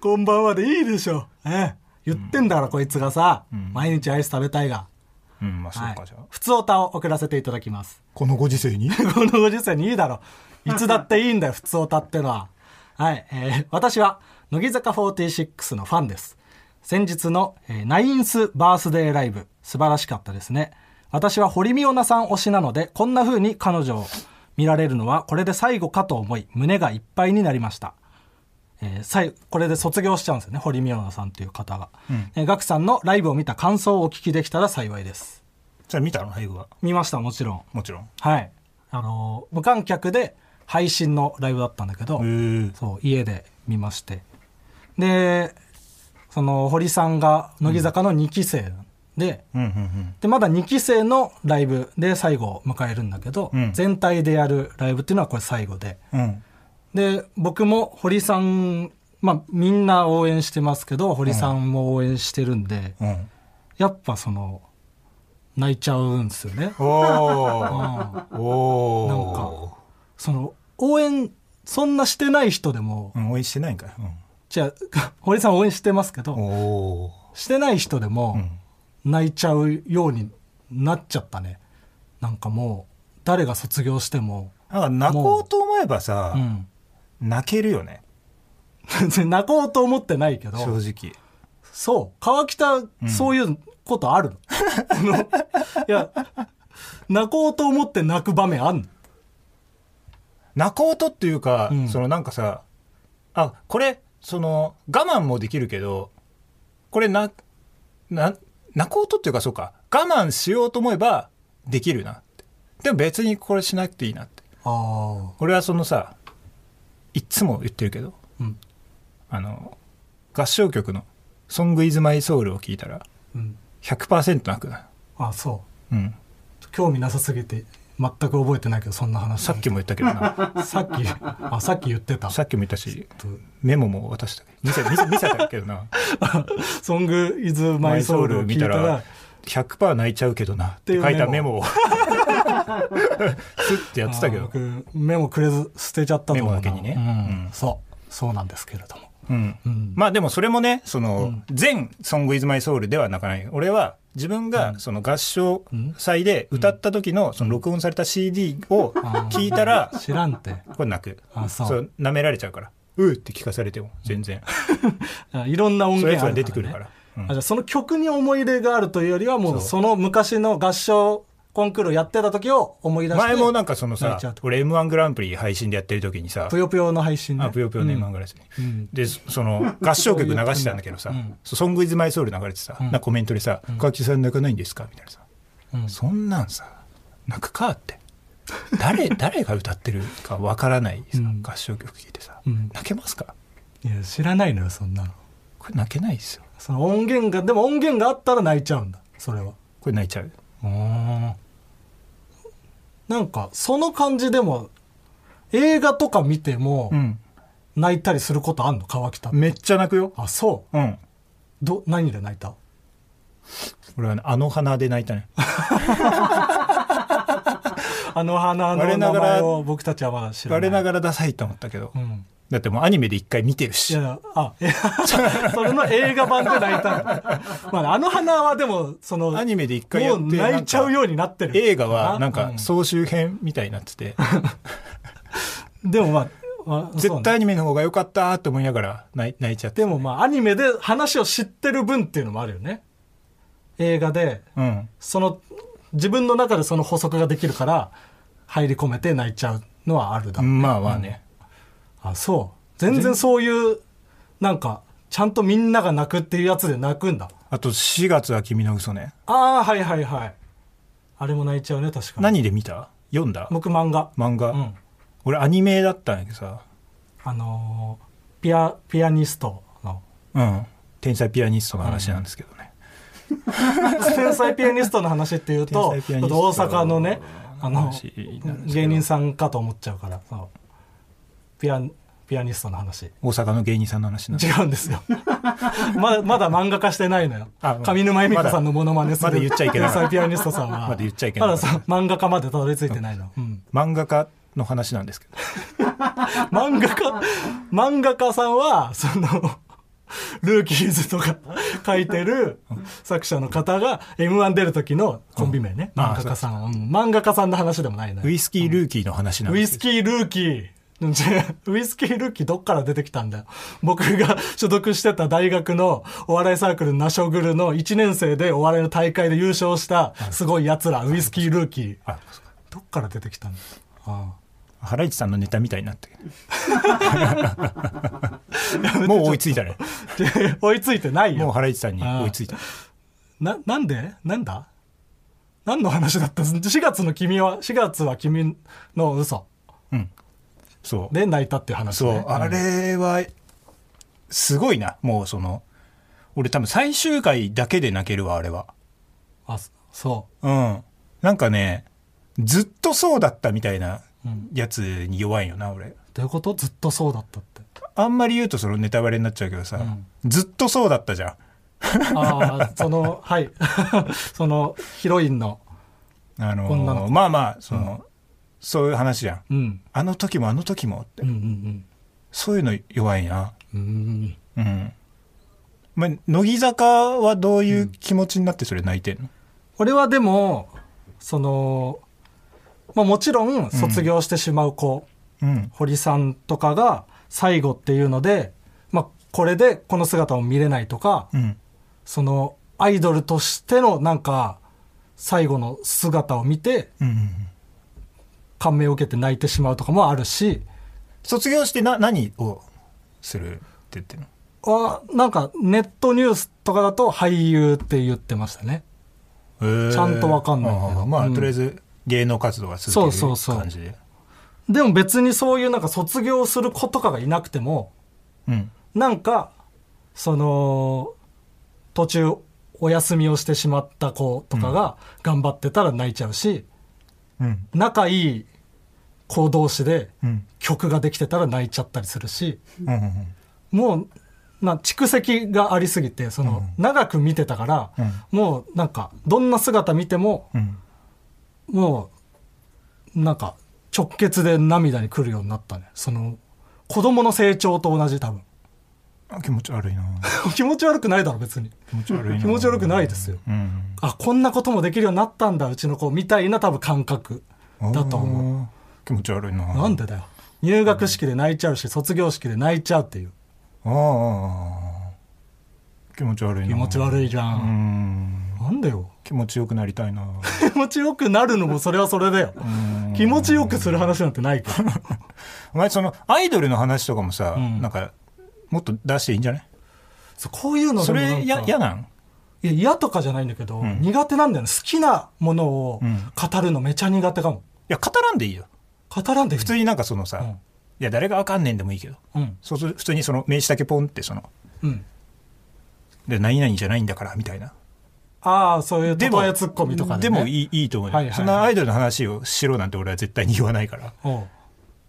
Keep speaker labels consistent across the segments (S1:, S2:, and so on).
S1: こんばんはでいいでしょ。ええ言ってんだから、こいつがさ、毎日アイス食べたいが。
S2: うん、まあそう
S1: はい
S2: かじゃあ。
S1: 普通おたを送らせていただきます。
S2: このご時 世に
S1: このご時世にいいだろ。いつだっていいんだよ、普通歌ってのは。はい、えー私は、乃木坂46のファンです。先日の、えーナインスバースデーライブ、素晴らしかったですね。私は堀美央奈さん推しなので、こんな風に彼女を見られるのは、これで最後かと思い、胸がいっぱいになりました。えー最後これで卒業しちゃうんですよね、堀美央奈さんという方が。えーガクさんのライブを見た感想をお聞きできたら幸いです。
S2: じゃあ見たの映画は。
S1: 見ました、もちろん。
S2: もちろん。
S1: はい。あの、無観客で配信のライブだったんだけど、
S2: へえ。
S1: そう、家で見まして。で、その、堀さんが乃木坂の2期生で、
S2: うんうんうん。
S1: で、まだ2期生のライブで最後を迎えるんだけど、
S2: うん
S1: 全体でやるライブっていうのはこれ最後で。
S2: うん。
S1: で、僕も堀さん、まあ、みんな応援してますけど、堀さんも応援してるんで、
S2: うん。
S1: やっぱその、泣いちゃうんですよね。
S2: お ー。お
S1: なんかその応援そんなしてない人でも、
S2: うん、応援してないんかい。
S1: じゃあ 堀さん応援してますけ
S2: うん。
S1: ど
S2: おー。
S1: してない人でも
S2: ん
S1: 泣いちゃうようになっちゃったねなんかもう誰が卒業しても、
S2: なんか泣こうと思えばさ
S1: う、ん、
S2: 泣けるよね。
S1: 別に泣こうと思ってないけ
S2: 正
S1: ど
S2: 直。
S1: そう川北、そういうことあるの あのいや泣こうと思って泣く場面あんの
S2: 泣こうとっていうか、
S1: ん
S2: そのなんかさあこれその我慢もできるけどこれなな泣こうとっていうかそうか我慢しようと思えばできるなってでも別にこれしなくていいなって
S1: あ
S2: 俺はそのさいっつも言ってるけど、
S1: うん
S2: あの合唱曲の「ソングイズマイソウルを聴いたら
S1: あ、うん、
S2: 100%泣くな、
S1: あそう
S2: うん、
S1: 興味なさすぎて全く覚えてないけどそんな話
S2: さっきも言ったけ どな
S1: さっきあさっき言ってた
S2: さっきも言ったし
S1: と
S2: メモも渡した見せ見せ見せたけどな
S1: 「ソング・イズ・マ
S2: マイ
S1: イ・ソ
S2: ソ
S1: ウ
S2: ウ
S1: ル」
S2: ル
S1: を聞
S2: 見
S1: い
S2: た
S1: た
S2: ら
S1: ら
S2: 100%泣いちゃうけどなって書いた メモをスッてやってたけ
S1: あ
S2: ど、
S1: 僕メモくれず捨てちゃったと思うな
S2: メモだけにね
S1: うん
S2: うん
S1: そうそうなんですけれども
S2: うん
S1: ん
S2: まあでもそれもねその、全「ソングイズマイソウルでは泣かない俺は自分がその合唱祭で歌った時のその録音された CD を聞いたら、
S1: 知らんって
S2: これ泣く
S1: あそう
S2: そう舐められちゃうから「うーって聞かされても全然、
S1: あいろんな音
S2: そうい
S1: 源
S2: うや
S1: あ
S2: つが
S1: る
S2: 出てくるからら
S1: ね、
S2: うん
S1: あじゃあその曲に思い入れがあるというよりはもうその昔の合唱コンクールをやってた時を思い出して
S2: 前もなんかその
S1: 泣
S2: さ
S1: いちゃうと
S2: 俺 m 1グランプリ配信でやってる時にさ
S1: ぷよぷよの配信
S2: あ、ぷよぷよね、漫画ですね。で、そその、合唱曲流してたんだけどさ、そうソングイズマイソウル流れてさ、なんかコメントでさ、川木さん泣かないんですかみたいなさ、そんなんさ、泣くかって。誰、 誰が歌ってるかわからないさ、合唱曲聞いてさ、
S1: ん
S2: 泣けますか
S1: いや知らないのよそんなの
S2: これ泣けないですよ。
S1: その音源がでも音源があったら泣いちゃうんだそれは
S2: これ泣いちゃう。
S1: なんかその感じでも映画とか見ても、
S2: うん。
S1: 泣いたりすることあんの川北って
S2: めっちゃ泣くよ。
S1: あそう
S2: うん。
S1: ど何で泣いた
S2: 俺はね、あの花で泣いたね。
S1: あの花の
S2: 我
S1: 名
S2: ながら
S1: 前を僕たちはまだ知らな
S2: 我
S1: い
S2: ながらダサいと思ったけど。
S1: ん
S2: だってもうアニメで一回見てる
S1: い
S2: し。
S1: やあえ それの映画版で泣いたのまああの花はでもその
S2: アニメで一回やって
S1: もう泣いちゃうようになってる
S2: 映画はなん
S1: う
S2: か総集編みたいになってて、
S1: でもまあまあそう
S2: 絶
S1: ね
S2: 対アニメの方が良かったって思いながら泣い泣いちゃって。
S1: でもまあアニメで話を知ってる分っていうのもあるよね映画で
S2: うん。
S1: その自分の中でその補足ができるから入り込めて泣いちゃうのはあるだ、
S2: まあまあね。
S1: あそう全然そういうなんかちゃんとみんなが泣くっていうやつで泣くんだ
S2: あと4月は君の嘘ね。
S1: ああはいはいはいあれも泣いちゃうね確かに
S2: 何で見た読んだ
S1: 僕漫画
S2: 漫画、
S1: うん
S2: 俺アニメだったんやけどさ。
S1: あのーピアピアニストの
S2: うん。天才ピアニストの話なんですけどね。
S1: 天才ピアニストの話っていうと
S2: 天才
S1: ち
S2: ピ
S1: ょっ
S2: アニスト
S1: と大阪のねあの
S2: 話になるんですけ
S1: 芸
S2: ど
S1: 人さんかと思っちゃうからそうピアピアニストの話
S2: 大阪の芸人さんの話なんで
S1: 違うんですよ まだまだ漫画化してないのよ
S2: あまだ
S1: 上沼恵美子さんのモノマネする
S2: まだ言っちゃいけない
S1: 天才ピアニストさんは
S2: まだ言っちゃいけない
S1: まださ漫画化までたどり着いてないの、うん
S2: 漫画家の話なんですけ ど。
S1: 漫画家、漫画家さんは、その、ルーキーズとか書いてる作者の方が M1 出る時のコンビ名ね。
S2: うんあ
S1: 漫画家さん。うん漫画家さんの話でもないな。
S2: ウ
S1: ウ
S2: イスキールーキーの話なんで
S1: イ
S2: す
S1: ス
S2: け
S1: キールーキー。 違うウイスキールーキーどっから出てきたんだよ。 僕が所属してた大学のお笑いサークルナショグルの1年生でお笑いの大会で優勝したすごい奴ら、ウイスキールーキー。
S2: ど。あ、そうか
S1: どっから出てきたんだよ。ああ
S2: 原市さんのネタみたいに なってるもう追 いついたね。
S1: で追いついてないよ。
S2: もう原市さんに追いついた。
S1: な、なんでなんだ何の話だった ?4 月の君は、4月は君の嘘
S2: そう。
S1: で泣いたっていう話、
S2: そう、
S1: ね。
S2: あれは、すごいな。もうその、俺多分最終回だけで泣けるわ、あれは。
S1: あ、そそ
S2: うん。なんかね、ずっとそうだったみたいなやつに弱いよな、俺
S1: う。。どういうことずっとそうだったって。
S2: あんまり言うとそのネタバレになっちゃうけどさ、ずっとそうだったじゃん。
S1: ああ、その、はい。 その、ヒロインの。
S2: あのー
S1: 女の子
S2: まあまあ、その、そういう話じゃん。
S1: うん。
S2: あの時もあの時もって。
S1: うんうん
S2: そういうの弱いな。
S1: うん。うん。
S2: うん。まあ、乃木坂はどういう気持ちになってそれ泣いてんの、
S1: 俺はでも、その、まあもちろん卒業してしまう子。
S2: うん。
S1: 堀さんとかが最後っていうので、まあ、これでこの姿を見れないとか、
S2: うん。
S1: そのアイドルとしてのなんか最後の姿を見て
S2: うんうん。
S1: 感銘を受けて泣いてしまうとかもあるし
S2: 卒業してな何をするって言ってるの
S1: あなんかネットニュースとかだと俳優って言ってましたねちゃんとわかんないけど
S2: ああまあ、
S1: うん
S2: とりあえず芸能活動が続け
S1: そう
S2: る
S1: そうそう
S2: 感じで
S1: でも別にそういうなんか卒業する子とかがいなくても
S2: うん
S1: なんかその途中お休みをしてしまった子とかが頑張ってたら泣いちゃうし、
S2: うん
S1: 仲いい子同士で
S2: うん
S1: 曲ができてたら泣いちゃったりするし、
S2: うんうん
S1: もうな蓄積がありすぎてその、長く見てたから、もうなんかどんな姿見ても
S2: うん
S1: もうなんか直結で涙に来るようになったねその子供の成長と同じ多分
S2: あ気持ち悪いな
S1: 気持ち悪くないだろ別に
S2: 気持ち悪いな
S1: 気持ち悪くないですよ、
S2: うん
S1: あこんなこともできるようになったんだうちの子みたいな多分感覚だと思う
S2: 思う気持ち悪いな
S1: な
S2: なん
S1: でだよ。入学式で泣いちゃうし、卒業式で泣いちゃうっていう。
S2: ああ気持ち悪いな
S1: 気持ち悪いじゃ。
S2: うんん
S1: なんだよ。
S2: 気持ちよくなりたいな
S1: 気持ちよくなるのもそれはそれだよ。気持ちよくする話なんてないから。
S2: お前そのアイドルの話とかもさ、
S1: ん
S2: なんかもっと出していいんじゃない
S1: そうこういうので
S2: そ
S1: もなんか
S2: れや嫌なん
S1: いや嫌とかじゃないんだけど、
S2: ん
S1: 苦手なんだよね。好きなものを
S2: ん
S1: 語るのめちゃ苦手かも。
S2: いや語らんでいいよ
S1: 語らんで普
S2: 普通になんかそのさ、
S1: ん
S2: いや誰がわかんねえんでもいいけど
S1: うん。
S2: そうする普通にその名刺だけポンってその
S1: うん。
S2: で何々じゃないんだからみたいな
S1: ああ、そういう、で
S2: でも
S1: も、ツッコミとか
S2: でも
S1: い。
S2: いいいいと思うよ、
S1: はいはいはい
S2: そんなアイドルの話をしろなんて俺は絶対に言わないから
S1: おう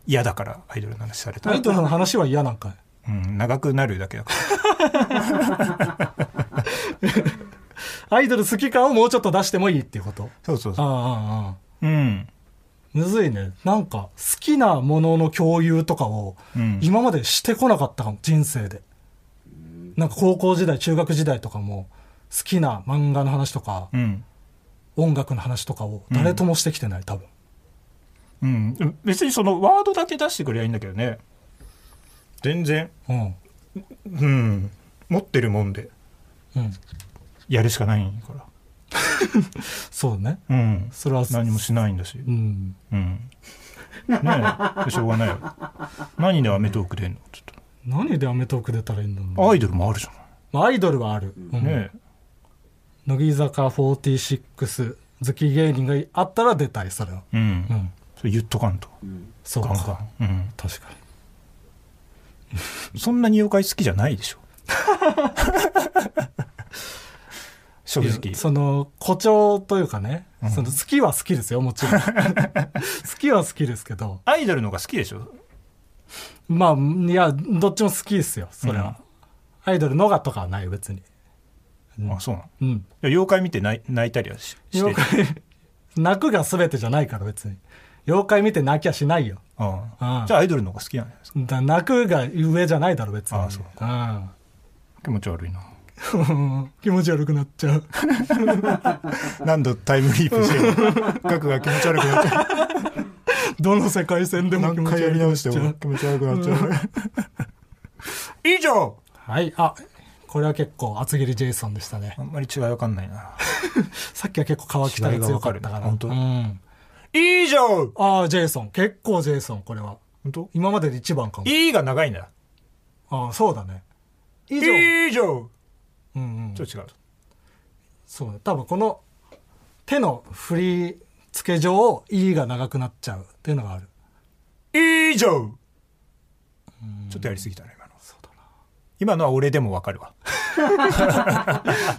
S2: 嫌だからアイドルの話された
S1: ア
S2: ら
S1: イドルの話は嫌なんかい
S2: うん、長くなるだけだから
S1: アイドル好き感をもうちょっと出してもいいっていうこと
S2: そうそう
S1: ああ
S2: そう
S1: ああああ
S2: うん
S1: むずいねなんか好きなものの共有とかを
S2: うん
S1: 今までしてこなかったかも人生でなんか高校時代中学時代とかも好きな漫画の話とか
S2: うん
S1: 音楽の話とかを誰ともしてきてない多分
S2: うん、別にそのワードだけ出してくれりゃいいんだけどね全然
S1: うん
S2: うん持ってるもんで
S1: うん
S2: やるしかないか
S1: そうね
S2: らうん
S1: それは
S2: 何もしないんだし
S1: うん
S2: うんねえしょうがないよ何で『アメトーーク』出んのちょっ
S1: 何でアメトーク出たらいいんだろう
S2: と
S1: な
S2: アイドルもあるじゃ
S1: まあアイドルはある、うん
S2: んねえ
S1: 乃木坂46好き芸人があったら出たいそれは
S2: うん、
S1: うん
S2: それ言っとかんと
S1: そう
S2: ガンガ
S1: か
S2: ン、
S1: 確かに
S2: うん、そんなに妖怪好きじゃないで しょ正
S1: い
S2: 直
S1: やその誇張というかね、その好きは好きですよもち ろん好きは好きですけど
S2: アイドルの方が好きでしょ
S1: まあいやどっちも好きですよそれは、アイドルのがとかはない別に
S2: あそうなの
S1: うん
S2: いや妖怪見て泣い泣いたりはしして
S1: 妖怪泣くが全てじゃないから別に妖怪見て泣きゃしないよ
S2: あ
S1: う
S2: あ
S1: ん
S2: じゃあアイドルの方が好きなんじゃないですか
S1: だ泣くが上じゃないだろ別に
S2: あそう
S1: うん
S2: 気持ち悪いな
S1: 気持ち悪くなっちゃう
S2: 何度タイムリープして も額が気持ち悪くなっちゃ
S1: どの世界線で
S2: う
S1: も気持ち悪くなっちゃう
S2: 気持ち悪くなっちゃう以上
S1: はいあこれは結構厚切りジェイソンでしたね
S2: あんまり違いわかんな いな
S1: さっきは結構川北が強かったか
S2: 違いが分かる
S1: ら
S2: ね本当
S1: うん、
S2: 以上
S1: ああジェイソン結構ジェイソンこれは
S2: 本当
S1: 今までで一番かも
S2: ?E が長いんだ
S1: ああそうだね以上、
S2: 以上
S1: うんうん
S2: ちょっと違う
S1: そうだ多分この手の振り付け上 E が長くなっちゃうっていうのがある
S2: 以上ちょっとやりすぎたな今の今のは俺でもわかるわ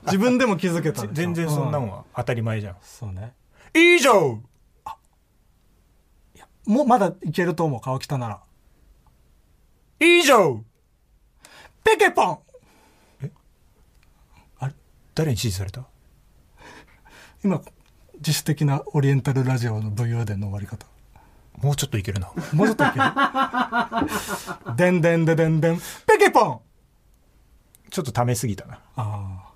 S1: 自分でも気づけ たでしょ
S2: 全然そんな
S1: う
S2: もんは当たり前じゃん
S1: そうね
S2: 以上
S1: もうまだいけると思う川北なら
S2: 以上
S1: ペケポン
S2: 誰に指示された
S1: 今自主的なオリエンタルラジオの VO での終わり方
S2: もうちょっといけるな
S1: もうちょっといける でんでんででんでんペケポン
S2: ちょっとためすぎたな
S1: ああ。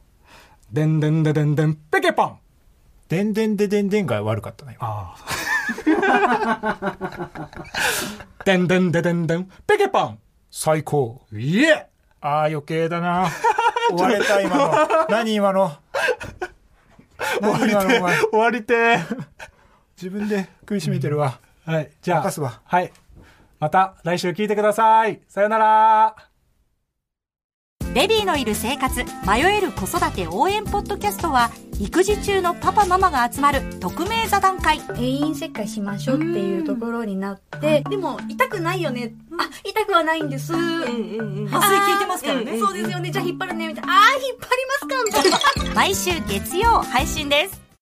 S1: でんでんででんでん、ペケポン
S2: でんでんででんでんが悪かったな今
S1: ああ。 でんでんででんでん、ペケポン
S2: 最高
S1: いえ
S2: ああ余計だ な終われた今 の何今の何今のお前
S1: 終わりて
S2: 自分で食いしめてるわ、
S1: ーはい、じゃあ。
S2: 任すわ
S1: はい。また来週聞いてください。さよなら。
S3: ベビーのいる生活迷える子育て応援ポッドキャストは育児中のパパママが集まる匿名座談会
S4: 定員切開しましょうっていうところになって、でも痛くないよね、あ痛くはないんです、
S3: 麻酔聞いてますからね
S4: そうですよねじゃあ引っ張るねみたいなあー引っ張りますかみたいな
S3: 毎週月曜配信です